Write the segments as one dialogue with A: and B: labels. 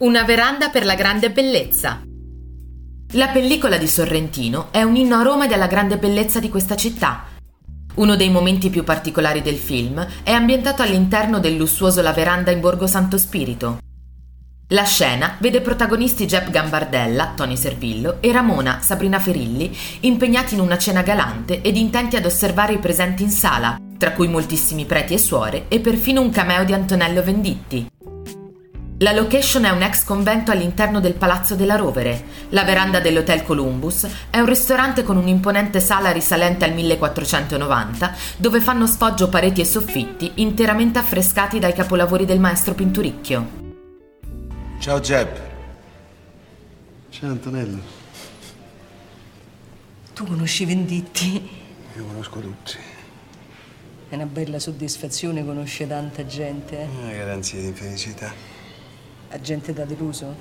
A: Una veranda per la grande bellezza. La pellicola di Sorrentino è un inno a Roma e alla grande bellezza di questa città. Uno dei momenti più particolari del film è ambientato all'interno del lussuoso La Veranda in Borgo Santo Spirito. La scena vede protagonisti Jeb Gambardella, Tony Servillo e Ramona, Sabrina Ferilli, impegnati in una cena galante ed intenti ad osservare i presenti in sala, tra cui moltissimi preti e suore e perfino un cameo di Antonello Venditti. La location è un ex convento all'interno del Palazzo della Rovere. La veranda dell'Hotel Columbus è un ristorante con un'imponente sala risalente al 1490, dove fanno sfoggio pareti e soffitti interamente affrescati dai capolavori del maestro Pinturicchio.
B: Ciao Jeb.
C: Ciao Antonello.
D: Tu conosci Venditti?
C: Io conosco tutti.
D: È una bella soddisfazione conoscere tanta gente, eh?
C: Una garanzia Ah, di felicità.
D: A gente da deluso?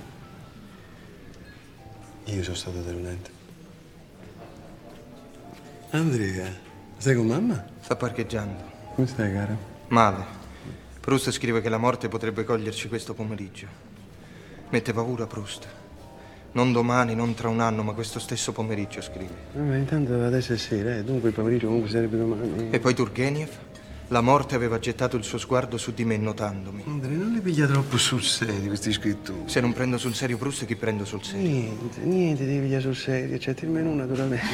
C: Io sono stato deludente. Andrea, stai con mamma?
E: Sta parcheggiando.
C: Come stai, cara?
E: Male. Proust scrive che la morte potrebbe coglierci questo pomeriggio. Mette paura Proust. Non domani, non tra un anno, ma questo stesso pomeriggio scrive.
C: Vabbè, intanto adesso è sera, eh. dunque il pomeriggio comunque sarebbe domani.
E: E poi Turgenev? La morte aveva gettato il suo sguardo su di me notandomi.
C: Andrea, non li piglia troppo sul serio questi scrittori.
E: Se non prendo sul serio Proust, chi prendo sul serio?
C: Niente, niente devi pigliare sul serio, cioè tirmene una naturalmente.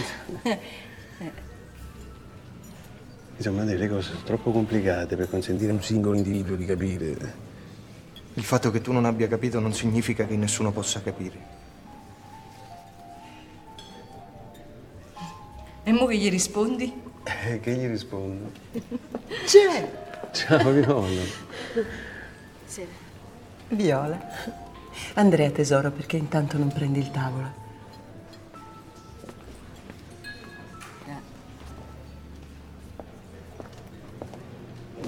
C: Insomma, Andrea, le cose sono troppo complicate per consentire a un singolo individuo di capire.
E: Il fatto che tu non abbia capito non significa che nessuno possa capire.
D: E mo che gli rispondi?
C: Eh, che gli rispondo?
F: C'è
C: Ciao, Viola.
F: Viola. Andrea tesoro, perché intanto non prendi il tavolo?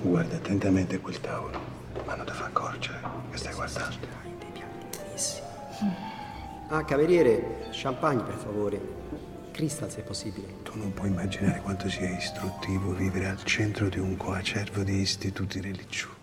C: Guarda attentamente quel tavolo, ma non ti fa accorgere che stai guardando.
G: Ah, cameriere, champagne per favore. Crystal se possibile.
C: Tu non puoi immaginare quanto sia istruttivo vivere al centro di un coacervo di istituti religiosi.